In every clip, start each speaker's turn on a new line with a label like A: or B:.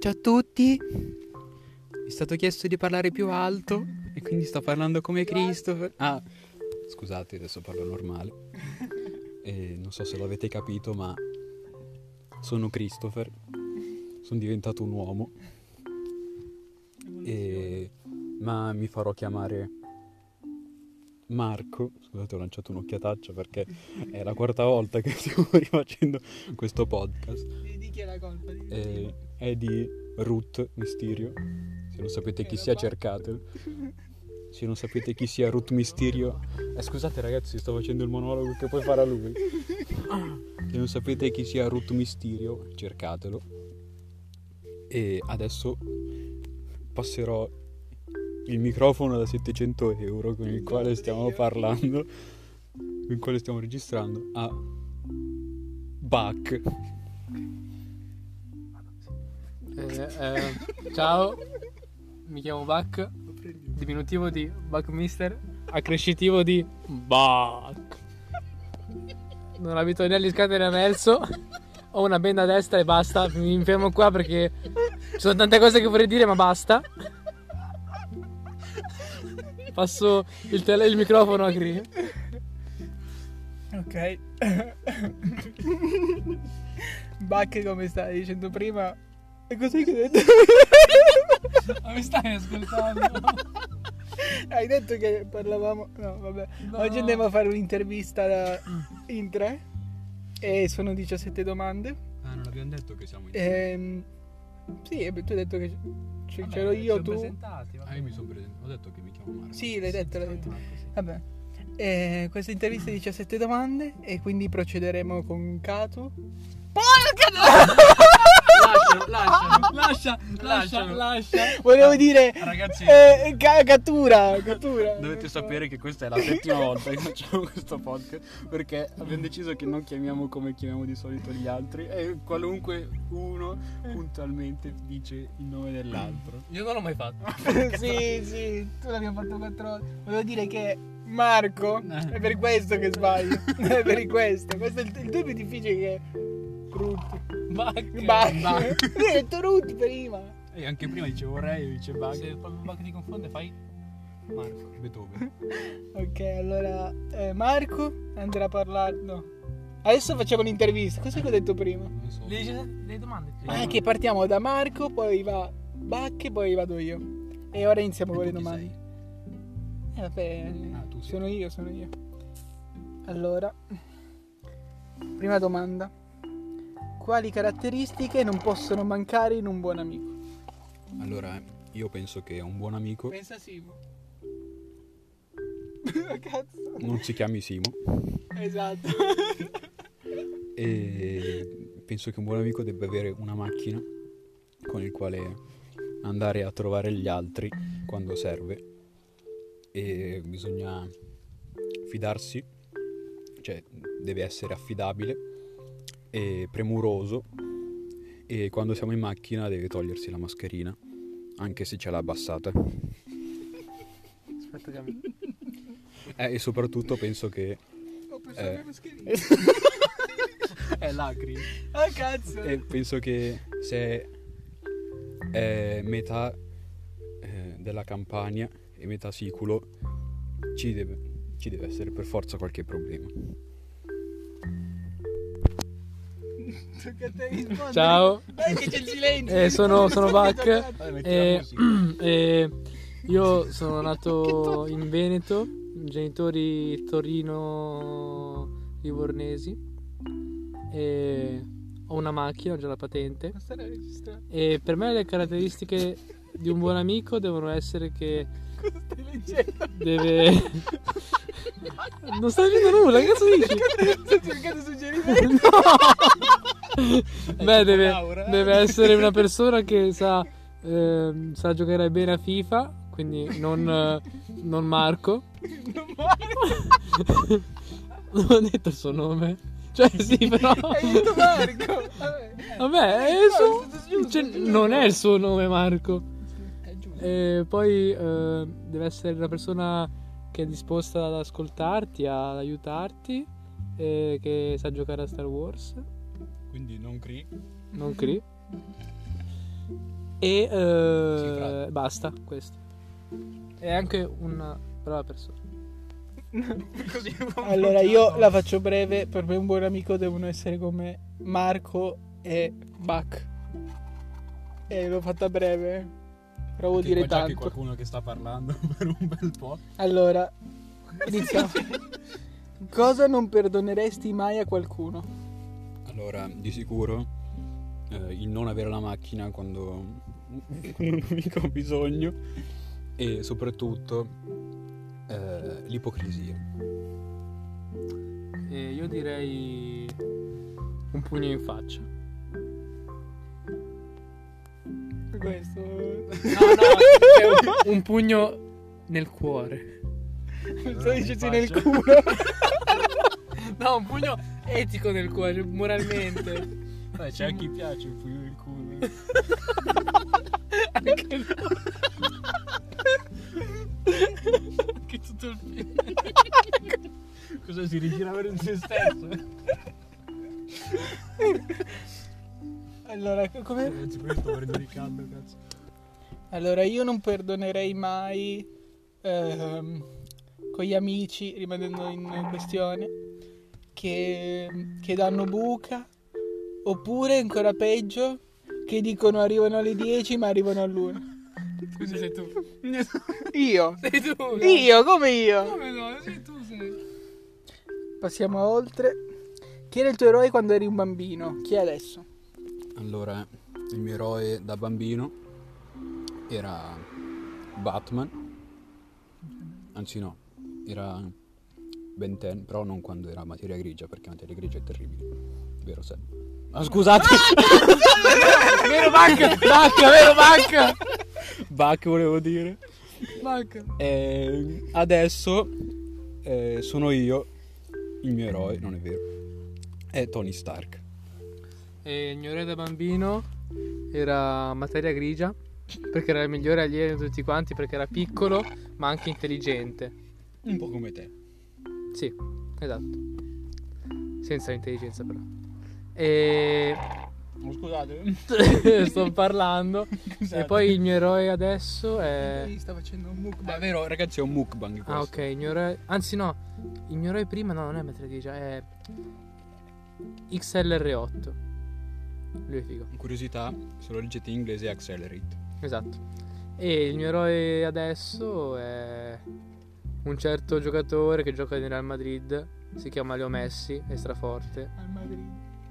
A: Ciao a tutti. Mi è stato chiesto di parlare più alto e quindi sto parlando come Christopher. Ah, scusate, adesso parlo normale. E non so se l'avete capito, ma sono Christopher. Sono diventato un uomo. E- Ma mi farò chiamare Marco. Scusate, ho lanciato un'occhiataccia perché è la quarta volta che stiamo rifacendo questo podcast.
B: Di, di chi è la colpa? Di-
A: eh, è di Ruth Mysterio. Se non sapete chi sia, cercatelo. Se non sapete chi sia Ruth Mysterio, eh, scusate ragazzi, sto facendo il monologo che poi farà lui. Se non sapete chi sia Ruth Mysterio, cercatelo. E adesso passerò il microfono da 700 euro con il quale stiamo parlando, con il quale stiamo registrando, a Bach.
C: Eh, eh, ciao, mi chiamo Buck, diminutivo di Buckmister, accrescitivo di Buck. Non abito né alle scatole né a Nelso, ho una benda a destra e basta, mi fermo qua perché ci sono tante cose che vorrei dire ma basta. Passo il, tele- il microfono a Cri.
B: Ok. Bacche come stai dicendo prima. E cos'hai che hai detto?
C: Ma Ah, mi stai ascoltando?
B: Hai detto che parlavamo. No, vabbè.
C: No.
B: Oggi andiamo a fare un'intervista da- in tre. E sono 17 domande.
A: Ah, non abbiamo detto che siamo in
B: Ehm, sì, e tu hai detto che c- c'ero io, tu.
A: Ah, io mi sono presentato. Ho detto che mi chiamo Marco.
B: Sì, l'hai detto, l'hai detto. Vabbè. Eh, questa intervista è 17 domande e quindi procederemo con Kato.
C: Lascialo, lascialo, lascia, lascia,
A: Lascialo.
C: lascia.
B: Volevo dire
A: Ragazzi,
B: eh, ca- cattura, cattura.
A: dovete sapere che questa è la settima volta che facciamo questo podcast perché abbiamo deciso che non chiamiamo come chiamiamo di solito gli altri e qualunque uno puntualmente dice il nome dell'altro.
C: Io non l'ho mai fatto.
B: sì, sì, tu l'abbiamo fatto quattro volte. Volevo dire che Marco
A: Eh.
B: è per questo che sbaglio. è per questo. Questo è il, il tuo è più difficile che Ruth.
C: Bug.
B: Bach. Tu hai detto Ruth prima.
A: E anche prima dice vorrei, dice bug.
C: Se proprio Bug ti confonde fai Marco.
A: Beethoven.
B: Ok, allora eh, Marco andrà a parlare. No. Adesso facciamo l'intervista. Cos'è che ho detto prima?
A: Non so.
C: Le, le domande.
B: Ah, che partiamo da Marco, poi va Bacche, poi vado io. E ora iniziamo con le domande. Eh, vabbè,
A: Ah, tu sei
B: sono io, sono io. Allora, prima domanda. Quali caratteristiche non possono mancare in un buon amico?
A: Allora, io penso che un buon amico
B: Pensa Simo. Cazzo.
A: non si chiami Simo
B: Esatto.
A: e penso che un buon amico debba avere una macchina con il quale andare a trovare gli altri quando serve e bisogna fidarsi cioè deve essere affidabile e premuroso e quando siamo in macchina deve togliersi la mascherina anche se ce l'ha abbassata
C: Aspetta che mi-
A: Eh, e soprattutto penso che
B: Ho perso
A: Eh.
B: la mia mascherina.
C: È lacri.
B: Ah, cazzo.
C: Eh.
A: E Eh, penso che se è metà eh, della Campania e metà Siculo ci deve, ci deve essere per forza qualche problema.
B: Tocca a te rispondere.
C: Ciao.
B: Dai che c'è il silenzio.
C: Eh, sono, sono Bug.
B: Tocca a te.
C: Eh, eh, io sono nato in Veneto, genitori Torino Livornesi. E ho una macchina, ho già la patente.
B: Ma sarà registrato?
C: E per me le caratteristiche di un buon amico devono essere che
B: Cosa stai leggendo?
C: deve. non stai dicendo nulla, che cazzo dici?
B: Sto cercando suggerimenti.
C: Beh,
B: Laura,
C: deve,
B: eh.
C: deve essere una persona che sa, ehm, sa giocare bene a FIFA, quindi non, eh, non Marco.
B: Non male.
C: Non ho detto il suo nome. Cioè, sì, però.
B: Hai detto Marco. Vabbè.
C: Vabbè, è il suo-
B: No, è giusto,
C: cioè,
B: giusto.
C: non è il suo nome, Marco.
B: È giusto.
C: E poi eh, deve essere una persona che è disposta ad ascoltarti, ad aiutarti, e che sa giocare a Star Wars,
A: Quindi non cri.
C: non Cree. E eh,
A: Cifrato.
C: basta, questo. È anche una brava persona.
D: Così
B: Allora, io la faccio breve. Per me un buon amico devono essere come Marco e Buck. E l'ho fatta breve. Provo a
A: Perché qua
B: dire
A: già che
B: tanto.
A: qualcuno che sta parlando per un bel po'.
B: Allora, iniziamo. Cosa non perdoneresti mai a qualcuno?
A: Allora, di sicuro eh, il non avere la macchina quando quando non mica ho bisogno e soprattutto eh, l'ipocrisia.
C: E io direi un pugno in faccia.
B: Questo.
C: No, no, un, un pugno nel cuore.
B: Sto dicendo
A: mi
B: nel
A: faccio.
B: culo.
C: No, un pugno etico nel cuore, moralmente.
A: Beh, c'è a chi piace il pugno del culo.
C: Anche il Anche tutto il film.
A: Cosa si rigirava in se stesso?
B: Allora, come?
A: Ragazzi, questo sto morendo di caldo, cazzo.
B: Allora, io non perdonerei mai ehm, con gli amici, rimanendo in questione, che, che danno buca, oppure ancora peggio, che dicono arrivano alle 10 ma arrivano all'una.
C: Scusa, sei tu.
B: Io?
C: Sei tu.
B: Io, come io?
C: Come no? Sei tu, sei.
B: Passiamo oltre. Chi era il tuo eroe quando eri un bambino? Chi è adesso?
A: Allora, il mio eroe da bambino era Batman. Anzi no, era Ben 10, però non quando era materia grigia, perché materia grigia è terribile. Vero Seb? Ma scusate!
C: Vero Bacca! Bacca, vero Bacca!
A: Bach volevo dire.
C: Bacca.
A: Eh, adesso eh, sono io, il mio eroe, non è vero. È Tony Stark.
C: E il mio re da bambino era materia grigia perché era il migliore alieno di tutti quanti perché era piccolo ma anche intelligente.
A: Un po' come te.
C: Sì, esatto. Senza intelligenza però. E
A: Oh,
B: Scusate.
C: sto parlando. E poi il mio eroe adesso è...
B: Eh, Sta facendo un
A: Ma è
B: mukbang.
A: vero, ragazzi, è un mukbang questo.
C: Ah ok, il mio eroe... Anzi no, il mio eroe prima no, non è materia grigia, è XLR8. Lui è figo.
A: Curiosità, se lo leggete in inglese è accelerate.
C: Esatto. E il mio eroe adesso è un certo giocatore che gioca nel Real Madrid, si chiama Leo Messi, è straforte.
B: Al Madrid.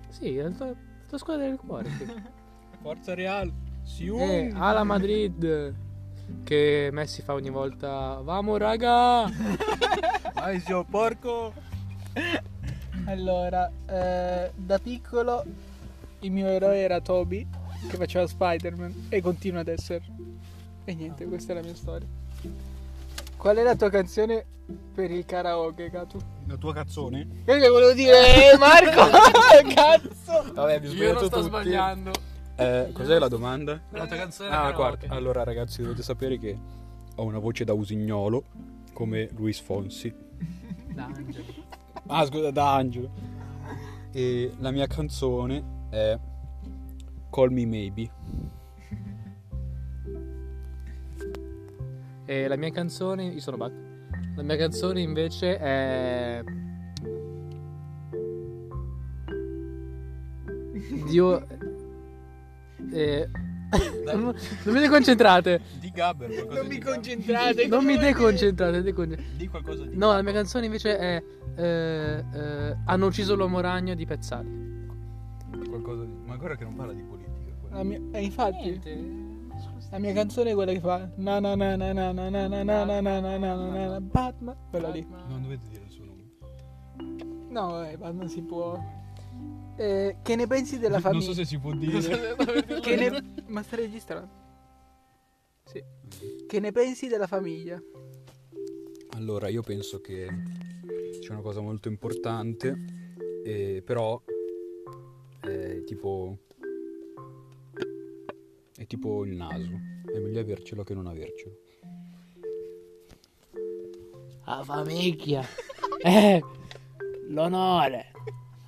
C: Sì, è la tua, la tua squadra del cuore. sì.
A: Forza Real,
C: E
A: Siun.
C: alla Madrid che Messi fa ogni volta Vamo raga!
A: Vai zio porco.
B: Allora, eh, da piccolo il mio eroe era Toby che faceva Spider-Man e continua ad essere. E niente, questa è la mia storia. Qual è la tua canzone per il karaoke, Gatu?
A: La tua cazzone?
B: Quello che volevo dire, eh, Marco! Cazzo!
A: Vabbè, vi ho sbagliato tutti. Eh, cos'è la domanda?
C: La tua canzone
A: Ah, guarda, allora ragazzi, dovete sapere che ho una voce da usignolo come Luis Fonsi. Ah, scusa, da angelo. E la mia canzone è Call Me Maybe.
C: E Eh, la mia canzone. Io sono Buck. La mia canzone invece è. Dio. Eh, non non mi deconcentrate!
A: Di Gabber, qualcosa
B: Non mi concentrate!
C: Non mi
B: come-
C: deconcentrate, deconcentrate.
A: Di qualcosa di
C: No, la mia canzone invece è. eh, eh, hanno ucciso l'uomo ragno di Pezzali.
A: qualcosa di Ma ancora che non parla di politica.
B: La mia- eh, infatti, la mia canzone è quella che fa na na na na na na na na na na na na na na na Batman, quella lì.
A: Non dovete dire il suo nome.
B: No, vabbè, ma non si può. Eh, che ne pensi della
A: Non
B: famiglia?
A: so se si può dire.
B: Che ne- Ma stai registrando?
C: Sì.
B: Che ne pensi della famiglia?
A: Allora, io penso che sia una cosa molto importante, eh, però è tipo... è tipo il naso. È meglio avercelo che non avercelo.
E: la famiglia, eh, l'onore,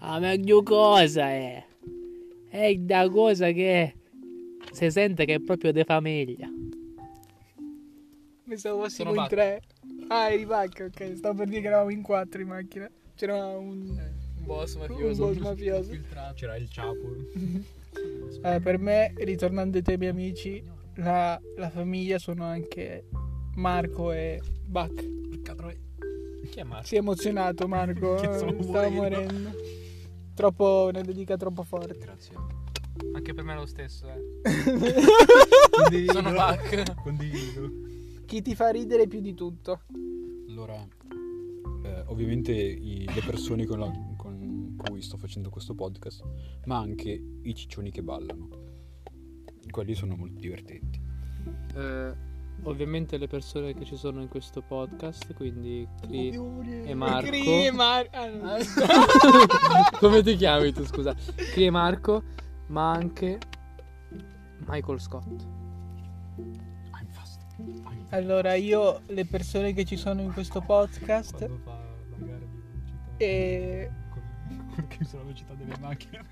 E: la meglio cosa è, è da cosa che Si sente che è proprio de famiglia.
B: Pensavo fossimo
C: Sono
B: in tre. Ah, eri pacca, ok. Stavo per dire che eravamo in quattro in macchina. C'era un.
C: Un boss mafioso.
B: boss mafioso.
C: Infiltrato.
A: C'era il ciapo.
B: Eh, per me, ritornando ai temi amici, la, la famiglia sono anche Marco e Buck.
C: Porca troia. Chi è Marco?
B: Si è emozionato Marco.
C: Che stavo
B: Stavo
C: morendo.
B: morendo. Troppo, una dedica troppo forte.
A: Grazie.
C: Anche per me è lo stesso, eh. Sono Buck.
A: Condivido.
B: Chi ti fa ridere più di tutto?
A: Allora, eh, ovviamente i- le persone con, la- con cui sto facendo questo podcast, ma anche i ciccioni che ballano. Quelli sono molto divertenti.
C: Eh,
E: Ovviamente le persone che ci sono in questo podcast, quindi Cri e
B: Cri e
E: Marco.
B: Mar- ah, no.
E: Come ti chiami tu, scusa? Cri e Marco, ma anche Michael Scott.
A: I'm fast.
B: Allora, io le persone che ci sono in questo podcast Eh,
C: quando fa la gara di velocità.
B: e
C: Con, con chi usa la velocità delle macchine.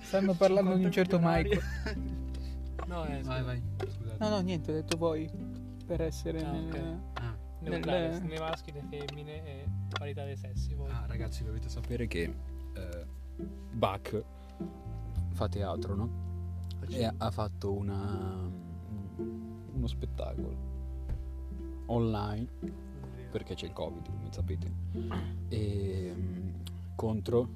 B: stanno parlando di un certo Michael.
C: No, eh, scusa.
A: Vai, vai. Scusate.
B: No, no, niente, ho detto voi. Per essere
C: Ah,
B: nel...
C: ok.
A: Ah,
C: Neutrale,
B: Nel-
C: né maschi né femmine e parità dei sessi. Voi.
A: ah, ragazzi, dovete sapere che eh, Bach fa teatro, no? E ha- ha fatto una, uno spettacolo online perché c'è il covid come sapete e mm, contro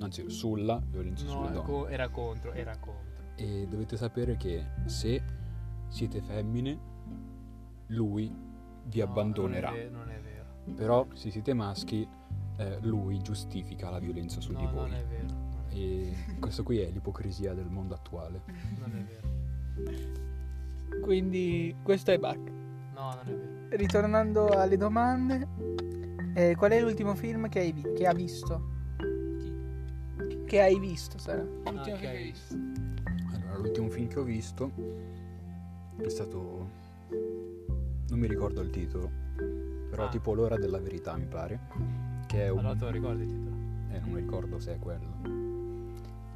A: anzi sulla violenza
C: No,
A: sulle
C: era
A: donne
C: co- era contro, era contro.
A: e dovete sapere che se siete femmine lui vi
C: No,
A: abbandonerà
C: Non è vero. Non è vero.
A: però se siete maschi eh, lui giustifica la violenza su di
C: No,
A: voi
C: non è vero. Non è,
A: e questo qui è l'ipocrisia del mondo attuale
C: non è vero.
B: Quindi questo è Buck.
C: No, non è vero.
B: Ritornando alle domande, eh, qual è l'ultimo film che hai vi- che ha visto? Che hai visto, sarà.
C: L'ultimo
B: che hai
C: Ah, visto. Mm.
A: Allora, l'ultimo film che ho visto è stato. Non mi ricordo il titolo, però
C: Ah.
A: tipo L'ora della verità, mi pare. Che è un.
C: Allora te lo ricordi il titolo?
A: eh, non mi ricordo se è quello.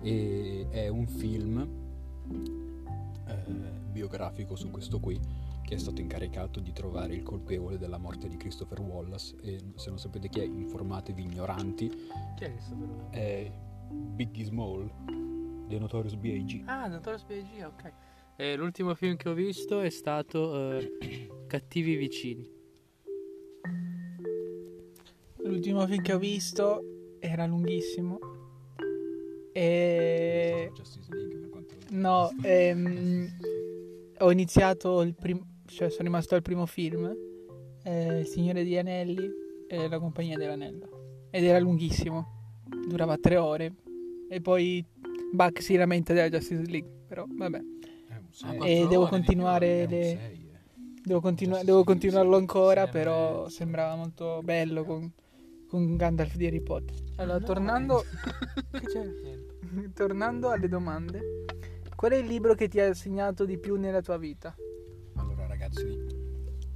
A: E è un film eh, biografico su questo qui che è stato incaricato di trovare il colpevole della morte di Christopher Wallace e se non sapete chi è informatevi ignoranti
C: Chi è questo però?
A: è Biggie Small dei Notorious B.I.G.
C: Ah, Notorious B.I.G., ok. Eh,
E: E l'ultimo film che ho visto è stato eh, Cattivi vicini.
B: L'ultimo film che ho visto era lunghissimo. E...
A: Justice League per quanto
B: No, ehm, ho iniziato il primo, cioè sono rimasto al primo film, eh, Il Signore degli Anelli e La Compagnia dell'Anello. Ed era lunghissimo, durava tre ore. E poi Buck si lamenta della Justice League, però vabbè. E devo continuare le- Devo, continua-
A: Justice League,
B: devo continuarlo ancora,
C: Sembra-
B: però sembrava molto bello con, con Gandalf di Harry Potter. Allora, tornando... Che c'è?
C: Niente.
B: Tornando alle domande, qual è il libro che ti ha segnato di più nella tua vita?
A: Allora ragazzi,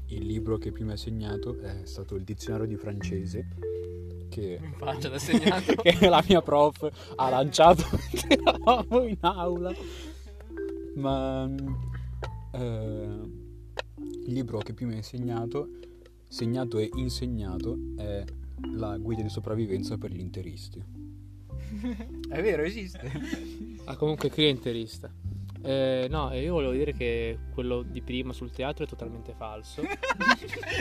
A: il libro che più mi ha segnato è stato il dizionario di francese che,
C: In faccia da segnato.
A: che la mia prof ha lanciato mentre eravamo in aula. Ma mm, eh, il libro che più mi ha segnato, segnato e insegnato è la guida di sopravvivenza per gli interisti.
C: è vero, esiste.
E: Ah, comunque Cri è interista. Eh, no, io volevo dire che quello di prima sul teatro è totalmente falso.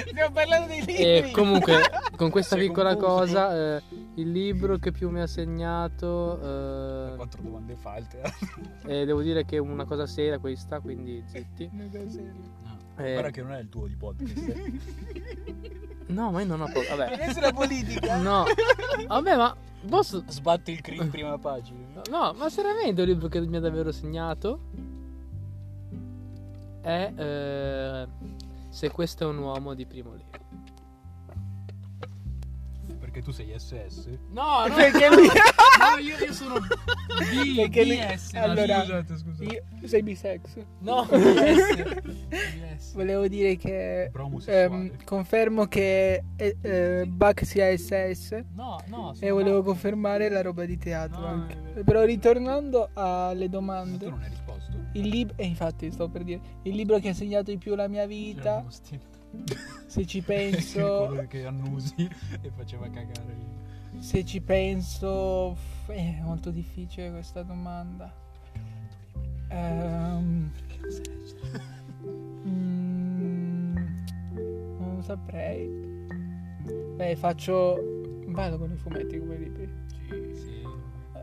B: Stiamo parlando dei libri.
C: Eh,
E: E comunque, con questa
A: Sei
E: piccola
A: confuso.
E: cosa, eh, il libro che più mi ha segnato, eh,
A: Quattro domande falte.
E: eh, devo dire che è una cosa seria questa, quindi zitti. Eh,
A: non è il tuo di podcast.
E: No, ma io non ho paura. Vabbè,
B: Adesso la politica.
E: no, vabbè, ma posso.
A: Sbatti il cri in prima pagina.
E: No, ma seriamente il libro che mi ha davvero segnato è eh, Se questo è un uomo di primo libro.
A: perché tu sei SS.
C: No, no,
B: Perché lui...
C: no, io, io sono B,
B: Perché lui-
C: BS.
B: allora-
A: Scusate, scusate.
B: Io- sei bisex.
C: No, BS. BS.
B: Volevo dire che...
A: Bromo sessuale.
B: ehm, confermo che eh, eh, Buck sia SS.
C: No, no. sono
B: E Eh, volevo
C: d'accordo.
B: confermare la roba di teatro
C: No,
B: anche.
C: è vero.
B: Però ritornando
A: Ma
B: alle
A: tu
B: domande,
A: non hai risposto. Cioè,
B: il libro, e infatti sto per dire, il libro che ha insegnato di più la mia vita,
A: C'erano sti-
B: se ci
A: quello
B: penso,
A: che annusi e faceva cagare. il-
B: se ci penso, f- è molto difficile questa domanda. Ehm, mm, non lo saprei. Beh, faccio... Vado con i fumetti come libri.
A: Sì, sì.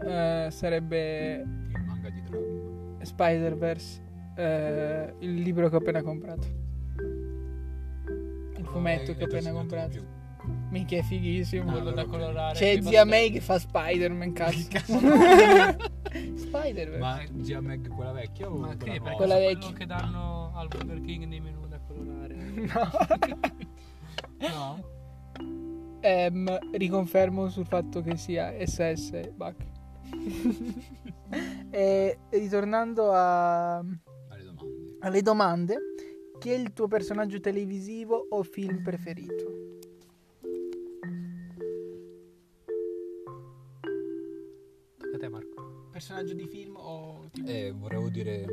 B: Eh, sarebbe
A: Il manga di Dragon.
B: Spider-Verse, eh, il libro che ho appena comprato. Il fumetto
A: Eh,
B: che ho appena comprato. Minchia è fighissimo.
C: Quello da colorare.
B: C'è
C: che
B: zia
C: basta-
B: May che fa Spider-Man, cazzo. Spider-Verse.
A: Ma zia Meg quella vecchia o
C: Ma che perché
A: nuova?
B: Quella
C: quella
B: vecchia.
C: quello che danno al Burger King nei menu da colorare. No.
B: Ehm, riconfermo sul fatto che sia SS Buck. e, e ritornando a-
A: Alle domande.
B: alle domande, chi è il tuo personaggio televisivo o film preferito?
C: Tocca a te Marco.
B: Personaggio di film o
A: Eh, volevo dire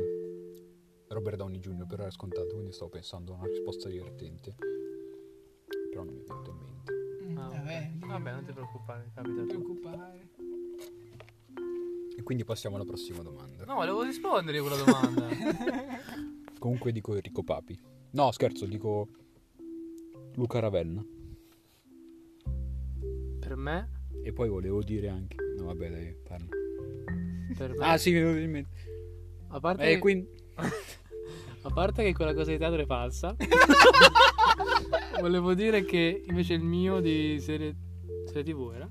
A: Robert Downey Jr. però era scontato, quindi stavo pensando a una risposta divertente. Però non mi è venuto in mente.
B: Mm,
C: Ah,
B: Eh,
C: ok. Vabbè, non ti preoccupare, capita. a tutti.
B: preoccupare.
A: E quindi passiamo alla prossima domanda.
C: No, volevo rispondere io a quella domanda.
A: Comunque dico Enrico Papi. No, scherzo, dico Luca Ravenna.
E: Per me,
A: E poi volevo dire anche... No, vabbè, dai, parla.
E: per me.
A: Ah, sì, mi è venuto in mente.
E: a, parte
A: E
E: che,
A: quindi...
E: a parte che quella cosa di teatro è falsa. volevo dire che invece il mio di serie, serie tv era.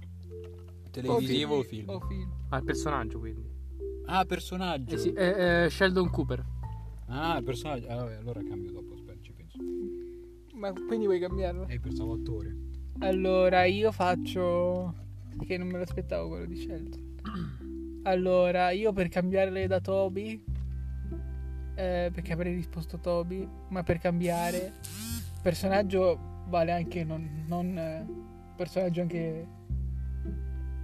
A: Televisivo o Oh, film?
B: O film.
E: Ah, il personaggio quindi.
A: Ah, personaggio.
E: Eh sì, è, è Sheldon Cooper.
A: Ah, il personaggio. Ah, vabbè, allora cambio dopo, aspetta, ci penso.
B: Ma quindi vuoi cambiarlo?
A: E pensavo attore.
B: Allora, io faccio. Che non me lo aspettavo quello di scelto. Allora, io per cambiarle da Toby. eh, perché avrei risposto Toby. Ma per cambiare. Personaggio vale anche non. non, eh, personaggio anche.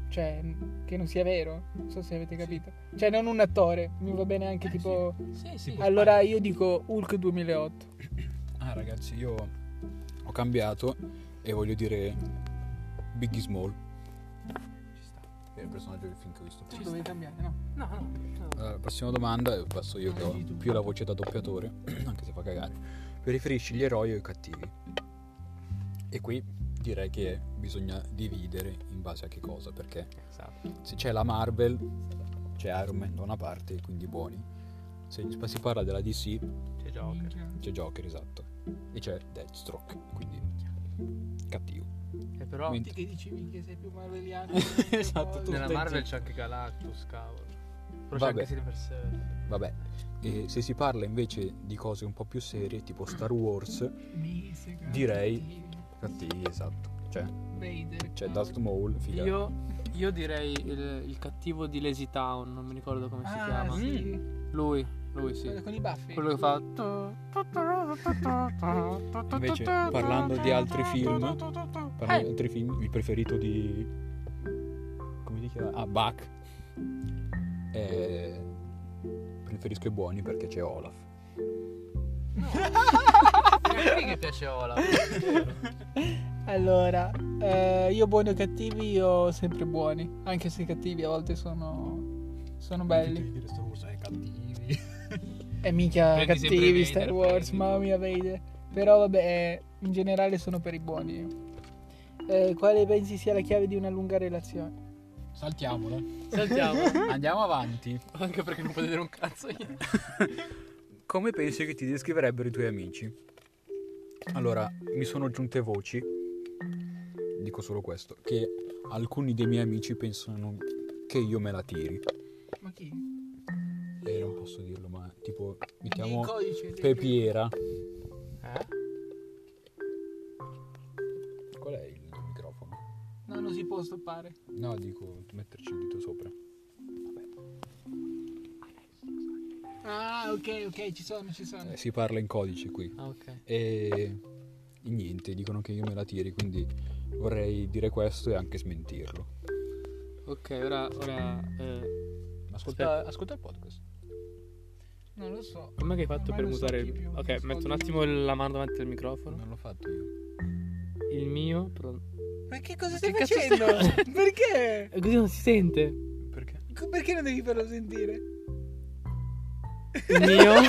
B: Cioè, che non sia vero. Non so se avete capito. Cioè, non un attore. Mi va bene anche tipo.
C: sì, sì.
B: Allora, io dico Hulk 2008.
A: Ah, ragazzi, io ho cambiato e voglio dire Biggie Small. È il personaggio del film che ho visto.
B: Tu dovevi cambiare, no?
C: No, no. no.
A: Allora, prossima domanda, e passo io che ho più la voce da doppiatore, anche se fa cagare. Preferisci gli eroi o i cattivi? E qui direi che bisogna dividere in base a che cosa, perché
E: Esatto.
A: se c'è la Marvel, c'è Iron Man da una parte, quindi buoni. Se si parla della DC,
C: C'è Joker.
A: c'è Joker, esatto. E c'è Deathstroke, quindi cattivo.
C: E Eh, però
A: Quindi-
B: che dicevi che sei più marveliano.
A: Esatto, tu.
B: cioè,
C: nella
A: stai
C: Marvel
A: zitto.
C: c'è anche Galactus, cavolo. Però
A: Vabbè.
C: c'è anche Silver Surfer.
A: Vabbè, e se si parla invece di cose un po' più serie, tipo Star Wars, Direi- Cioè, cattivi, esatto. Cioè,
B: Vader.
A: c'è Darth Maul, figa.
E: Io, io direi il, il cattivo di Lazy Town, non mi ricordo come si
B: Ah,
E: chiama.
B: sì.
E: Lui, lui sì.
B: Quello con i baffi.
E: Quello che fa.
A: Invece, parlando di altri film,
C: Eh,
A: parlando di altri film, il preferito di... come si chiama? Ah, Buck. Eh, Preferisco i buoni perché c'è Olaf.
C: È qui che piace Olaf.
B: Allora, eh, io buoni o cattivi, io sempre buoni. Anche se i cattivi a volte sono. sono belli.
A: dire Star Wars è cattivi.
B: E mica
C: Prendi sempre
B: cattivi Star
C: Vader,
B: Wars,
C: prendi.
B: mamma mia Vader. Però vabbè, in generale sono per i buoni io. Eh, quale pensi sia la chiave di una lunga relazione?
A: Saltiamola.
C: Sentiamo.
A: Andiamo avanti.
C: Anche perché non puoi vedere un cazzo io.
A: Come pensi che ti descriverebbero i tuoi amici? Allora, mi sono giunte voci, dico solo questo, che alcuni dei miei amici pensano che io me la tiri.
B: Ma chi?
A: E non posso dirlo, ma tipo, mi chiamo
B: codice.
A: Pepiera.
C: Eh?
A: Qual è il microfono?
B: No, non si può stoppare.
A: No, dico metterci il dito sopra.
B: Ah, ok, ok, ci sono, ci sono.
A: Eh, si parla in codice qui.
C: Ah, ok.
A: E niente, dicono che io me la tiri, quindi vorrei dire questo e anche smentirlo.
C: Ok, ora. ora eh,
A: Ascolta, ascolta il podcast.
B: Non lo so.
C: com'è che hai fatto
B: Ormai
C: per
B: non so
C: mutare
B: chi
C: il.
B: più,
C: Ok,
B: rispondi
C: metto un
B: lui.
C: attimo la mano davanti al microfono.
A: Non l'ho fatto io.
C: Il mio. Però...
B: Ma che cosa stai
C: Che cazzo
B: facendo? Perché?
C: Eh, Così non si sente. Il
A: Perché?
B: Co- Perché non devi farlo sentire?
C: mio. il,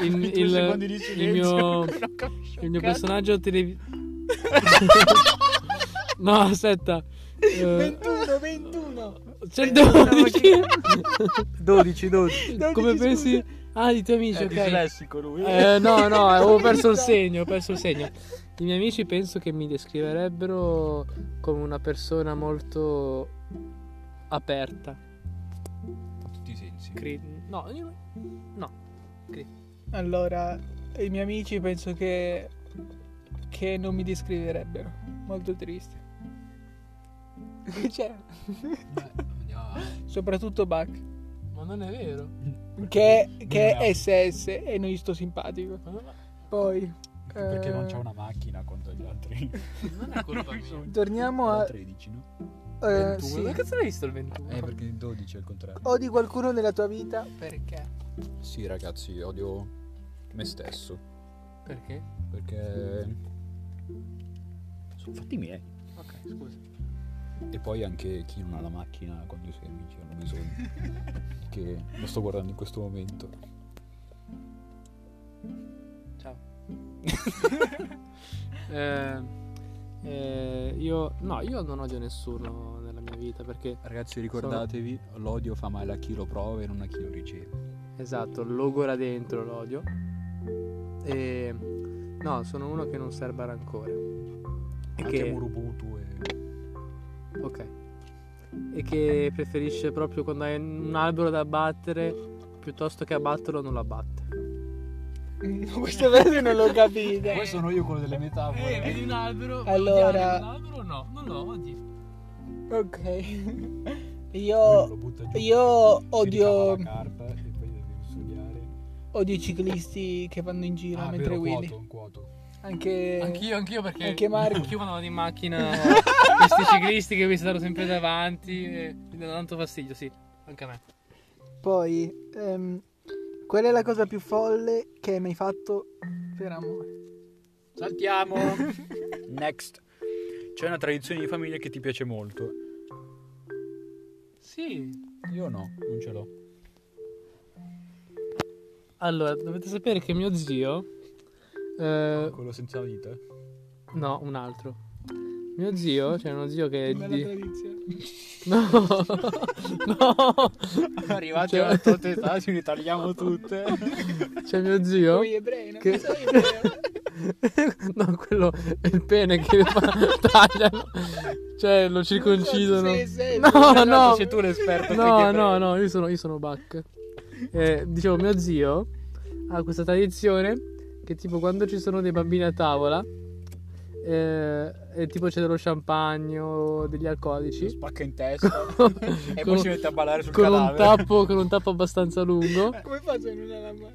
A: I tuoi
C: il-
A: secondi di
C: il mio.
A: silenzio.
C: Il mio personaggio televi. no, aspetta. Eh,
B: 21, 21.
C: 112.
F: 12, 12.
C: Come
B: 12,
C: pensi? Ah, di tuoi
A: Eh,
C: amici, ok.
F: Dislessico lui.
C: Eh, no, no, avevo perso il segno, ho perso il segno. I miei amici penso che mi descriverebbero come una persona molto aperta.
A: In tutti i sensi.
C: Cre- no, io- no.
B: Allora, i miei amici penso che che non mi descriverebbero. Molto triste. cioè,
A: Eh, Andiamo avanti.
B: soprattutto Buck,
C: Ma non è vero.
B: che, che è SS e non gli sto simpatico.
C: Ma non-
B: Poi
A: Perché
B: eh,
A: non c'è una macchina contro gli altri.
C: Non è colpa mia. eh.
B: Torniamo
A: Era
B: a
A: 13, no?
B: eh,
C: Tu,
B: sì.
C: Ma cazzo l'hai visto il 21?
A: Eh, perché il 12 è il contrario.
B: Odi qualcuno nella tua vita? Perché?
A: Sì, ragazzi, odio me stesso.
C: Perché?
A: Perché. Sono fatti miei.
C: Ok, scusa.
A: E poi anche chi non ha la macchina quando i suoi amici hanno bisogno. che lo sto guardando in questo momento.
C: Eh, eh, io no, io non odio nessuno nella mia vita perché
A: Ragazzi, ricordatevi, l'odio fa male a chi lo prova e non a chi lo riceve.
C: esatto, logora dentro l'odio. E no, sono uno che non serba rancore. E
A: Anche
C: che
A: Murubutu e.
C: Ok. E che preferisce proprio quando hai un albero da abbattere, piuttosto che abbatterlo non lo abbatte.
B: Questa frase non l'ho capita.
A: Poi sono io quello delle
C: Eh,
A: metafore.
F: vedi un albero?
B: Allora-
F: odiare quell'albero? no, non lo odi.
B: Ok.
A: Quello
B: Io
A: lo butta giù.
B: io
A: Si
B: odio-
A: ricava la carta e poi devi studiare.
B: odio i ciclisti che vanno in giro
A: Ah,
B: mentre
A: vero,
B: guidi.
A: quoto, quoto.
B: Anche
C: Anch'io, anch'io perché
B: eh, Anche Mario.
C: anch'io quando vado in macchina questi ciclisti che mi stanno sempre davanti e mi danno tanto fastidio, sì, anche a me.
B: Poi, ehm, qual è la cosa più folle che hai mai fatto per amore?
A: Saltiamo! Next. C'è una tradizione di famiglia che ti piace molto.
C: Sì.
A: Io no, non ce l'ho.
C: Allora, dovete sapere che mio zio eh,
A: Quello senza vita?
C: no, un altro. Mio zio, c'è uno zio che
B: Bella
C: di-
B: tradizione.
C: No. no.
A: Arrivate
C: Cioè-
A: a tutte età, ci ritagliamo tutte.
C: C'è mio zio
B: Poi ebrei, no?
C: Che-
B: Sono ebreo.
C: No, quello è il pene che fa- tagliano. Cioè, lo circoncidono.
B: Sì, sì,
C: No, no.
B: sei tu
C: l'esperto. No, no, no, io sono, io sono Buck. Eh, dicevo, mio zio ha questa tradizione che tipo quando ci sono dei bambini a tavola eh, e tipo c'è dello champagne o degli alcolici
A: Spacca in testa e
C: Con-
A: poi si mette a ballare sul
C: con un,
A: cadavere.
C: tappo, con un tappo abbastanza lungo
B: Come faccio a non alla mano?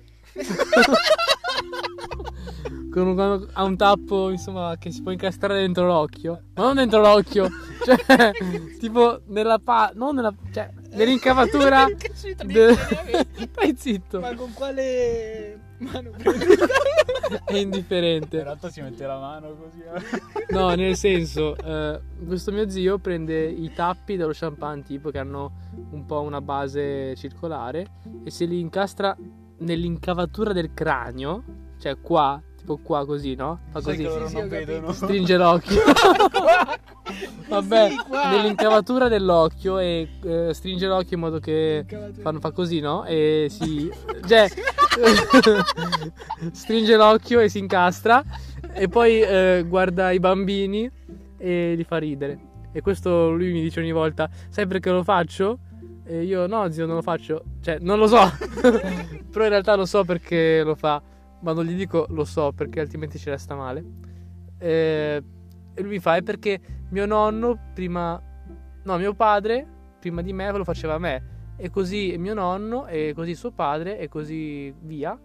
C: con un, ha un tappo insomma che si può incastrare dentro l'occhio ma non dentro l'occhio cioè tipo nella pa non nella cioè nell'incavatura de- stai zitto
B: Ma con quale mano
C: è
A: In
C: indifferente
A: realtà si mette la mano così. eh.
C: no nel senso eh, questo mio zio prende i tappi dello champagne tipo che hanno un po' una base circolare e se li incastra nell'incavatura del cranio cioè qua tipo qua così no fa
A: Sai
C: così
A: che loro
B: sì, ho
A: non vedono.
C: Stringe l'occhio. Vabbè,
B: Sì, qua.
C: nell'incavatura dell'occhio e eh, stringe l'occhio in modo che
B: Incavatura.
C: fanno, fa così, no? E si... cioè, stringe l'occhio e si incastra e poi eh, guarda i bambini e li fa ridere. E questo lui mi dice ogni volta, sai perché lo faccio? E io no, zio, non lo faccio. Cioè, non lo so. Però in realtà lo so perché lo fa. Ma non gli dico lo so perché altrimenti ci resta male. Eh, E lui mi fa, è perché mio nonno prima... No, mio padre prima di me lo faceva a me. E così mio nonno, e così suo padre, e così via.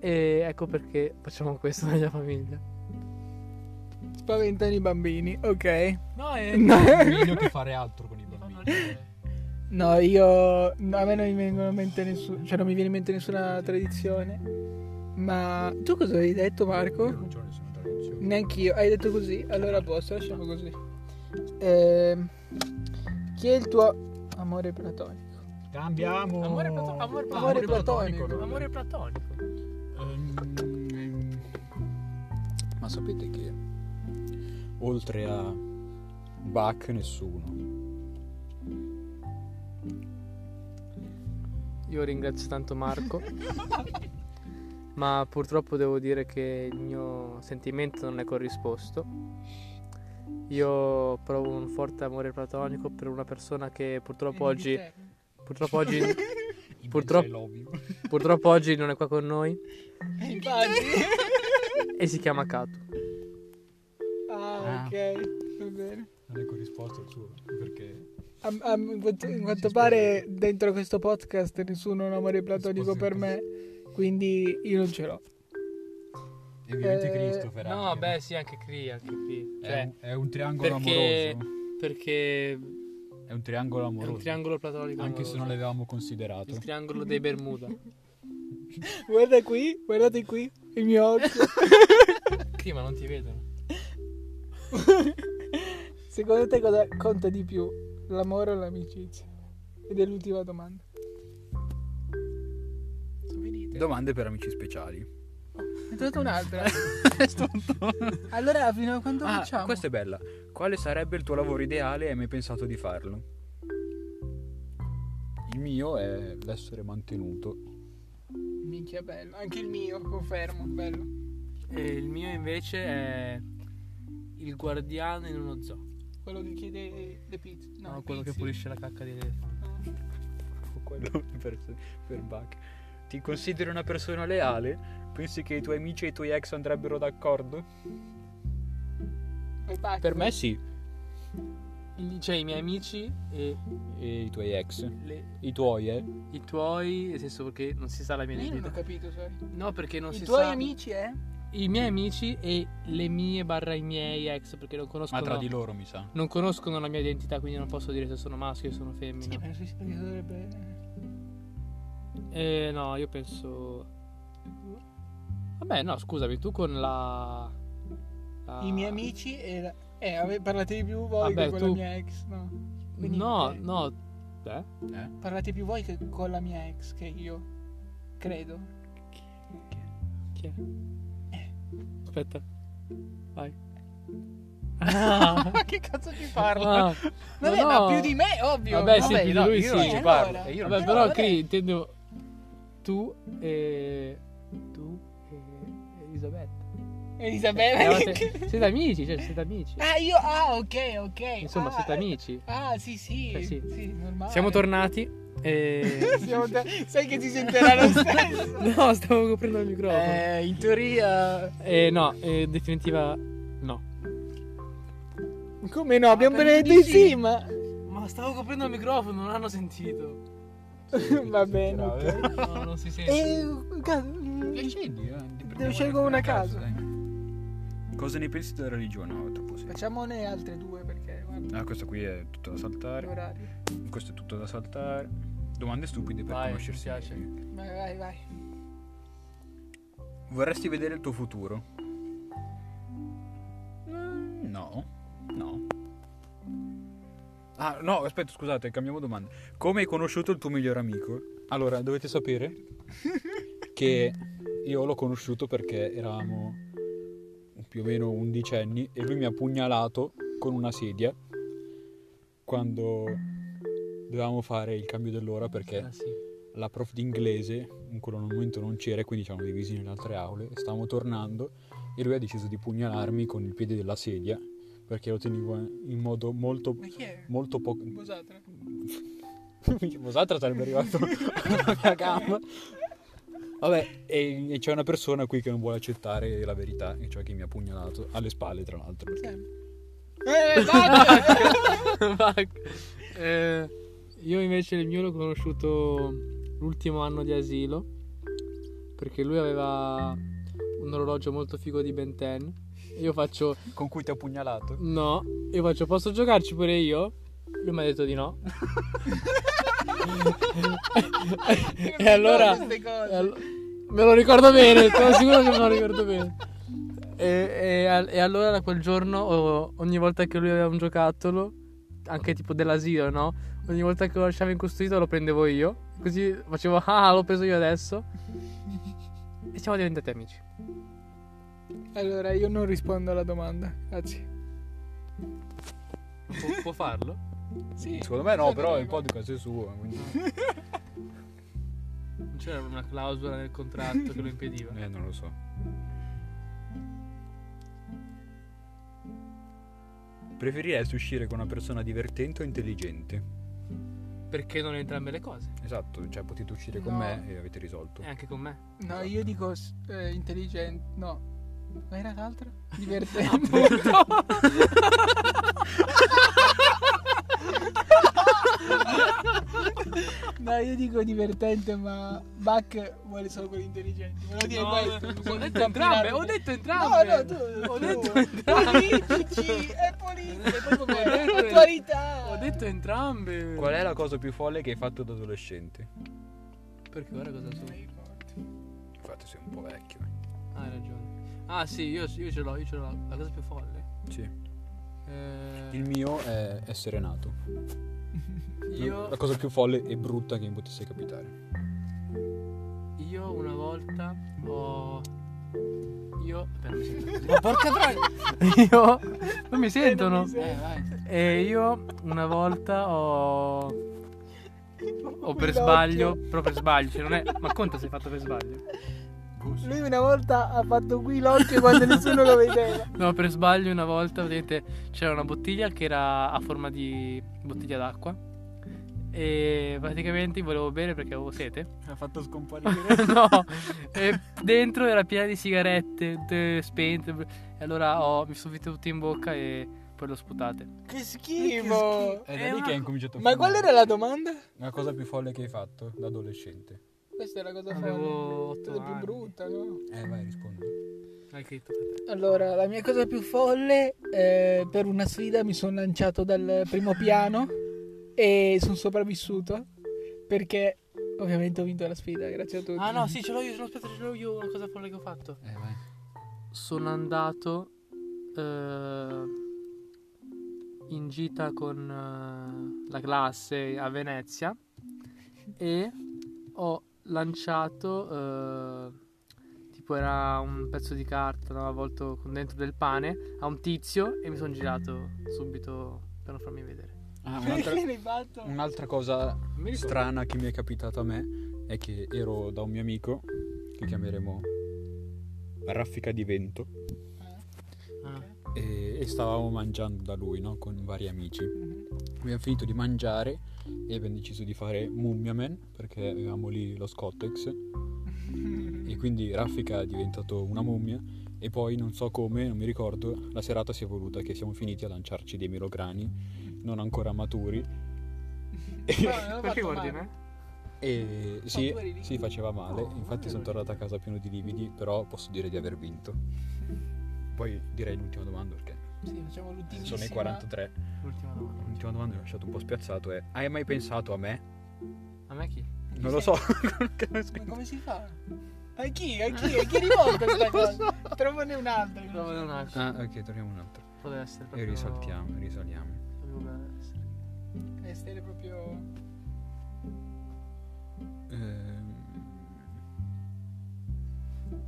C: E ecco perché facciamo questo nella famiglia.
B: Spaventano i bambini, ok.
G: No, è
A: Meglio che fare altro con i bambini.
B: No, io. no, a me non mi vengono in mente nessuno. Cioè, non mi viene in mente nessuna tradizione. Ma tu cosa avevi detto,
A: Io
B: Marco?
A: non c'ho nessuna tradizione.
B: Neanch'io. Hai detto così? Allora a posto, lasciamo così. Ehm, chi è il tuo amore platonico?
A: Cambiamo.
G: Amore plato- amore plato-
B: amore platonico.
A: no?
G: Amore platonico.
A: Ehm, Ma sapete che oltre a Bach nessuno.
C: Io ringrazio tanto Marco. ma purtroppo devo dire che il mio sentimento non è corrisposto. Io provo un forte amore platonico per una persona che purtroppo oggi. Purtroppo oggi. Purtroppo- purtroppo oggi non è qua con noi.
B: Infatti.
C: E si chiama Kato.
B: ah,
A: Ah.
B: ok. Va bene.
A: Non è corrisposto al suo, perché
B: Am- am- in quanto- in quanto pare dentro questo podcast nessuno ha un amore platonico per me, quindi io non ce l'ho.
A: è evidente
B: Eh,
A: Christopher.
C: No,
A: anche.
C: beh, sì, anche Cree, anche Cree.
A: È,
C: Cioè,
A: un, è un triangolo
C: perché-
A: amoroso.
C: perché
A: È un triangolo
C: è
A: amoroso.
C: un triangolo platonico.
A: Anche se non
C: amoroso.
A: l'avevamo considerato.
C: Il triangolo dei Bermuda.
B: Guarda qui, guardate qui, il mio occhio.
C: Cree, ma non ti vedono.
B: Secondo te cosa conta di più, l'amore o l'amicizia? Ed è l'ultima domanda.
A: Domande per amici speciali.
B: È trovata un'altra. allora, fino a quando
A: Ah,
B: facciamo?
A: questa è bella. Quale sarebbe il tuo lavoro ideale e hai mai pensato di farlo? Il mio è l'essere mantenuto.
B: Minchia, bello. Anche il mio, confermo, bello.
C: E il mio invece è il guardiano in uno zoo.
B: Quello che chiede le pizze. No,
C: No, quello che
B: pizze.
C: pulisce la cacca di elefante.
A: Quello per, per Bach. Ti consideri una persona leale? Pensi che i tuoi amici e i tuoi ex andrebbero d'accordo?
B: E basta.
A: Per me sì.
C: I- Cioè, i miei amici e
A: E i tuoi ex?
C: le-
A: I tuoi, eh?
C: i tuoi, nel senso che non si sa la mia
B: Io non ho
C: identità.
B: capito, sorry.
C: No, perché non
B: I
C: si
B: tuoi
C: sa.
B: amici, eh?
C: I miei amici e le mie barra i miei ex, perché non conoscono.
A: Ma tra di loro mi sa.
C: non conoscono la mia identità, quindi non posso dire se sono maschio o sono femmina.
B: Eh, Sì, penso sia perché dovrebbe...
C: Eh, no, io penso. Vabbè, no, scusami, tu con la. la-
B: I miei amici e... la- Eh, ave- parlate di più voi
C: Ah. Vabbè,
B: che con la
C: tu-
B: mia ex, no? quindi
C: No,
B: te.
C: no. Eh?
B: Parlate più voi che con la mia ex, che io credo.
C: Chi è?
B: Eh.
C: Aspetta. Vai. Ah,
B: Ma che cazzo ci parla?
C: ah.
B: Vabbè,
C: No, no.
B: ma più di me, ovvio.
C: Vabbè, sì,
B: Eh, sì,
C: più di lui sì.
B: non ci parlo, allora. e io non
C: Vabbè,
B: ci
C: però,
B: parlo.
C: Cri, intendo. Tu e. Tu e. Elisabetta.
B: Elisabetta.
C: Eh, ma se- siete amici, cioè, siete amici.
B: Ah, io... Ah, ok, ok.
C: Insomma,
B: ah,
C: siete amici.
B: Ah, sì, sì.
C: Eh, sì.
B: sì. normale.
C: Siamo tornati. E.
B: Siamo tor- Sai che ti sentirà lo stesso.
C: No, stavo coprendo il microfono. Eh,
B: eh, in teoria...
C: no, eh, definitiva no.
B: Come no? Abbiamo
C: perché
B: detto insieme.
C: dici? Ma stavo coprendo il microfono, non hanno sentito.
B: Va bene. ok.
C: No, non si sente.
B: E
C: mm.
A: eh,
B: Devo scegliere una casa.
A: Cosa ne pensi della religione? No, è troppo semplice.
B: Facciamone altre due perché guarda,
A: Ah, questo qui è tutto da saltare.
B: l'orario.
A: Questo è tutto da saltare. Domande stupide per
C: Vai,
A: conoscersi.
C: mi piace.
A: meglio.
B: Vai, vai, vai.
A: Vorresti vedere il tuo futuro? Mm, No, no. Ah, no, aspetta, scusate, cambiamo domanda. Come hai conosciuto il tuo miglior amico? Allora, dovete sapere che io l'ho conosciuto perché eravamo più o meno undicenni e lui mi ha pugnalato con una sedia quando dovevamo fare il cambio dell'ora perché
C: Ah, sì.
A: la prof di inglese in quel momento non c'era e quindi ci siamo divisi nelle altre aule e stavamo tornando e lui ha deciso di pugnalarmi con il piede della sedia perché lo tenevo in modo molto
B: Ma chi è?
A: molto poco
B: Bosatra.
A: Mosatra sarebbe arrivato alla mia gamba vabbè e, e c'è una persona qui che non vuole accettare la verità e cioè che mi ha pugnalato alle spalle tra l'altro
B: Sì. Eh, Bach!
C: Fuck. Eh, io invece il mio l'ho conosciuto l'ultimo anno di asilo perché lui aveva un orologio molto figo di Ben 10 e io faccio
A: Con cui ti ho pugnalato.
C: no, io faccio posso giocarci pure io? Lui mi ha detto di no. e allora
B: Queste cose.
C: e Eh, allo- me lo ricordo bene, sono sicuro che me lo ricordo bene. E, e al- e allora da quel giorno, o- ogni volta che lui aveva un giocattolo, anche tipo dell'asilo, no? Ogni volta che lo lasciava in custodia lo prendevo io. Così facevo, ah, l'ho preso io adesso. E siamo diventati amici.
B: Allora, io non rispondo alla domanda. Grazie.
C: Può, farlo?
B: Sì.
A: Secondo me no, però è un po' di cose sue. Quindi...
C: Non c'era una clausola nel contratto che lo impediva.
A: Eh, non lo so. Preferiresti uscire con una persona divertente o intelligente?
C: Perché non entrambe le cose?
A: Esatto, cioè potete uscire con
B: No.
A: me e avete risolto.
C: E anche con me.
B: No, io dico s- eh, intelligente. No. Ma era l'altro? Divertente. no, io dico divertente, ma Bach vuole solo quelli intelligenti. Volevo dire
C: No, eh,
B: questo.
C: ho
B: bisogna
C: detto entrambe, ho
B: combinarlo.
C: detto entrambe.
B: No, no, tu,
C: Ho
B: tu.
C: detto entrambe.
B: Politici e politiche, poi com'è?
C: Ho detto-
B: Attualità.
C: Ho detto entrambe.
A: Qual è la cosa più folle che hai fatto da adolescente?
C: Perché ora cosa sono?
B: Non mi ricordo.
A: Infatti sei un po' vecchio.
C: Ah, hai ragione. Ah, sì, io, io ce l'ho, io ce l'ho. La cosa più folle.
A: Sì.
C: Eh,
A: Il mio è essere nato.
C: io,
A: La cosa più folle e brutta che mi potesse capitare.
C: io una volta ho. Io. Vabbè, non mi sentono. Ma Oh, porca troia! io. Non mi sentono.
B: Eh,
C: E io una volta ho. O Oh, per
B: Quell'occhio.
C: sbaglio, però per sbaglio, cioè non è. Ma conta se hai fatto per sbaglio.
B: Lui una volta ha fatto qui l'occhio quando nessuno lo vedeva.
C: No, per sbaglio una volta, vedete, c'era una bottiglia che era a forma di bottiglia d'acqua. E praticamente volevo bere perché avevo sete.
A: Ha fatto scomparire.
C: no, e dentro era piena di sigarette tutte spente. E allora ho- mi sono tutto in bocca e poi l'ho sputate.
B: Che schifo!
A: È
C: Eh,
A: da lì che hai incominciato a
B: Ma
A: fumare.
B: qual era la domanda?
A: La cosa più folle che hai fatto da adolescente?
B: Questa è la cosa
C: Avevo
B: folle.
C: otto
B: La più
C: anni.
B: brutta, no?
A: Eh, vai, rispondi.
C: Hai scritto per te.
B: Allora, la mia cosa più folle, eh, per una sfida mi sono lanciato dal primo piano e sono sopravvissuto perché ovviamente ho vinto la sfida, grazie a tutti.
C: Ah no, sì, ce l'ho io, no, aspetta, ce l'ho io una cosa folle che ho fatto.
A: Eh, vai.
C: Sono andato eh, in gita con eh, la classe a Venezia e ho lanciato eh, tipo era un pezzo di carta no, avvolto con dentro del pane a un tizio e mi sono girato subito per non farmi vedere.
A: Ah, un'altra,
B: Perché l'hai fatto?
A: un'altra cosa
C: Non mi ricordo.
A: strana che mi è capitata a me è che ero da un mio amico che chiameremo Raffica di Vento
C: Ah.
A: e, e stavamo mangiando da lui no? con vari amici. Abbiamo finito di mangiare e abbiamo deciso di fare Mummia Man perché avevamo lì lo Scottex e quindi Raffica è diventato una mummia e poi non so come, non mi ricordo, la serata si è voluta che siamo finiti a lanciarci dei melograni non ancora maturi
C: Perché guardi me?
A: E sì,
B: tu eri lì?
A: sì, faceva male.
C: No, non ero
A: Infatti sono
C: lì.
A: tornato a casa pieno di lividi, però posso dire di aver vinto. Poi direi l'ultima domanda perché
B: Sì, facciamo l'ultimissima.
A: sono i 43.
C: L'ultima domanda.
A: L'ultima domanda che mi ha lasciato un po' spiazzato è Hai mai pensato a me?
C: A me chi?
A: Non lo so. Che non
B: Ma
A: scrivo.
B: come si fa? A chi? A chi? A chi rivolta questa cosa? Trovane un altro.
C: Provo un altro.
A: ah, ok, torniamo un altro.
C: Poteva essere
A: E
C: proprio-
A: risaltiamo, risaliamo.
C: Poteva essere.
B: Essere Eh, proprio...
A: Ehm.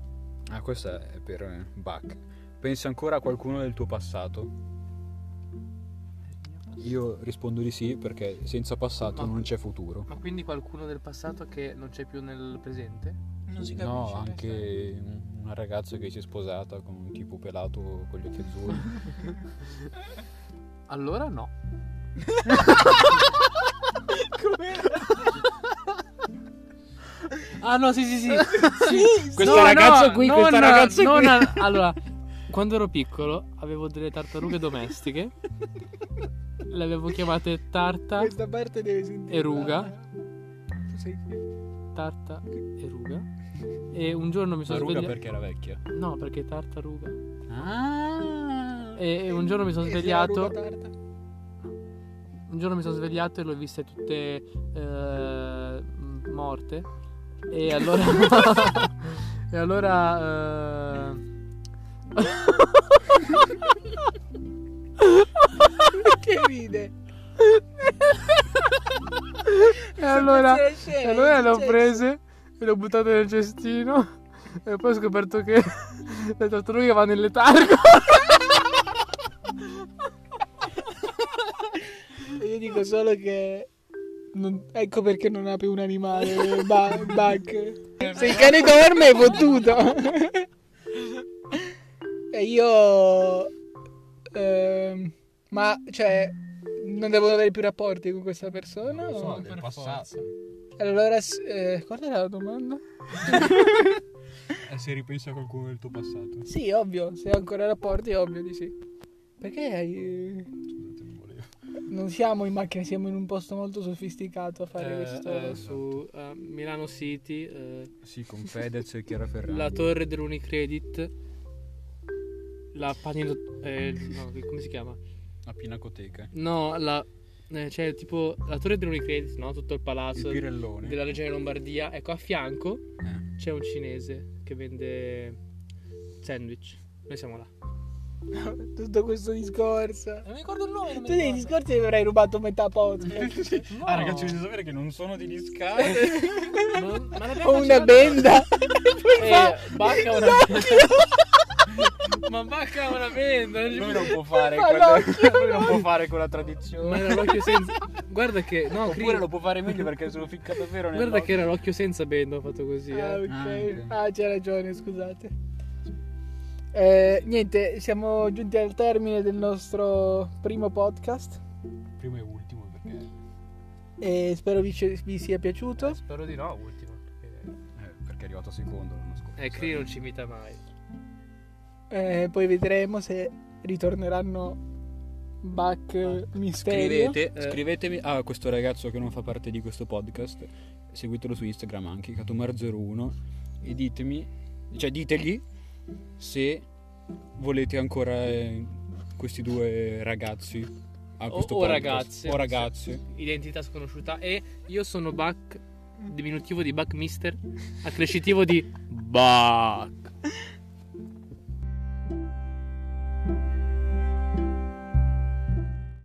A: Ah, questa è per eh, Bach. Pensi ancora a qualcuno del tuo passato? Io rispondo di sì perché senza passato
C: Ma-
A: non c'è futuro.
C: Ma quindi qualcuno del passato che non c'è più nel presente?
B: Non si capisce.
A: No, anche un- una ragazza che si è sposata con un tipo pelato con gli occhi azzurri.
C: Allora no. Ah no, sì, sì, sì.
B: Sì,
C: Ah,
A: Questo ragazzo qui, questo ragazzo
C: non a- allora, Quando ero piccolo avevo delle tartarughe domestiche. Le avevo chiamate Tarta,
B: Questa parte deve sentire.
C: E ruga.
B: Tu sei qui.
C: Tarta e Ruga. E un giorno mi
A: La
C: sono
A: ruga
C: svegliato.
A: perché era vecchia.
C: No, perché tartaruga.
A: Ah.
C: E un giorno mi sono
B: E sei
C: svegliato.
B: la ruga tarta.
C: Un giorno mi sono svegliato e l'ho viste tutte eh, m- morte. E allora. e allora. eh,
B: Che ride?
C: e allora.
B: Se c'è,
C: E allora le ho
B: c'è.
C: prese e le ho buttate nel cestino. E poi ho scoperto che le tartarughe vanno in letargo.
B: Io dico solo che. non- Ecco perché non apri un animale. ba- Bug. Se il cane dorme è fottuto. e io. ehm, ma cioè. Non devo avere più rapporti con questa persona? o-
A: del passato.
B: Allora, s- eh, qual era la domanda?
A: E Eh, se ripensi a qualcuno del tuo passato?
B: Sì, ovvio, se ho ancora rapporti, ovvio di sì. Perché hai-
A: Scusate, non volevo.
B: non siamo in macchina, siamo in un posto molto sofisticato
C: Eh,
B: a fare questo.
C: su eh, Milano City, eh,
A: Sì, con Fedez e Chiara Ferragni.
C: la torre dell'Unicredit, la panino. no, come si chiama?
A: La pinacoteca.
C: No, la. eh, cioè, tipo, la torre dell'Unicredit, no? Tutto il
A: Il
C: palazzo
A: Pirellone.
C: della regione Lombardia. Ecco, a fianco
A: Eh.
C: c'è un cinese che vende sandwich. Noi siamo là.
B: Tutto questo discorso.
C: Non mi ricordo il nome.
B: Tu dei discorsi mi avrai rubato metà podcast.
A: Ah, ragazzi, bisogna sapere che non sono di discarica.
C: ma, ma l'abbiamo
B: Ho una
C: accennato.
B: benda.
C: Eh, Bacca una ma Bacca una benda. non ci
A: Lui
C: puoi-
A: non può fare
B: Fa
A: quella,
B: l'occhio,
A: lui non può fare quella tradizione.
C: Ma era l'occhio senza. Guarda che. No, Cri-
A: Esatto. Oppure lo può fare meglio perché sono ficcato vero nel
C: Guarda che era l'occhio senza benda. Ho fatto così.
B: Ah,
C: Eh.
B: ok.
A: ok.
B: Ah, c'è ragione, scusate. Eh, niente, siamo giunti al termine del nostro primo podcast.
A: Primo e ultimo perché...
B: E spero vi, vi sia piaciuto.
C: Spero di no, ultimo.
A: eh, perché è arrivato secondo l'anno scorso.
C: Eh, Cri non ci imita mai.
B: Eh, poi vedremo se ritorneranno Back eh, Misterio.
A: Scrivete,
C: Eh.
A: scrivetemi a questo ragazzo che non fa parte di questo podcast, seguitelo su Instagram anche, Katomar01, e ditemi, cioè ditegli se volete ancora eh, questi due ragazzi a
C: O-
A: questo
C: o
A: podcast.
C: ragazze.
A: O ragazzi.
C: Identità sconosciuta. E io sono Buck. Diminutivo di Buck Mister. Accrescitivo di Buck.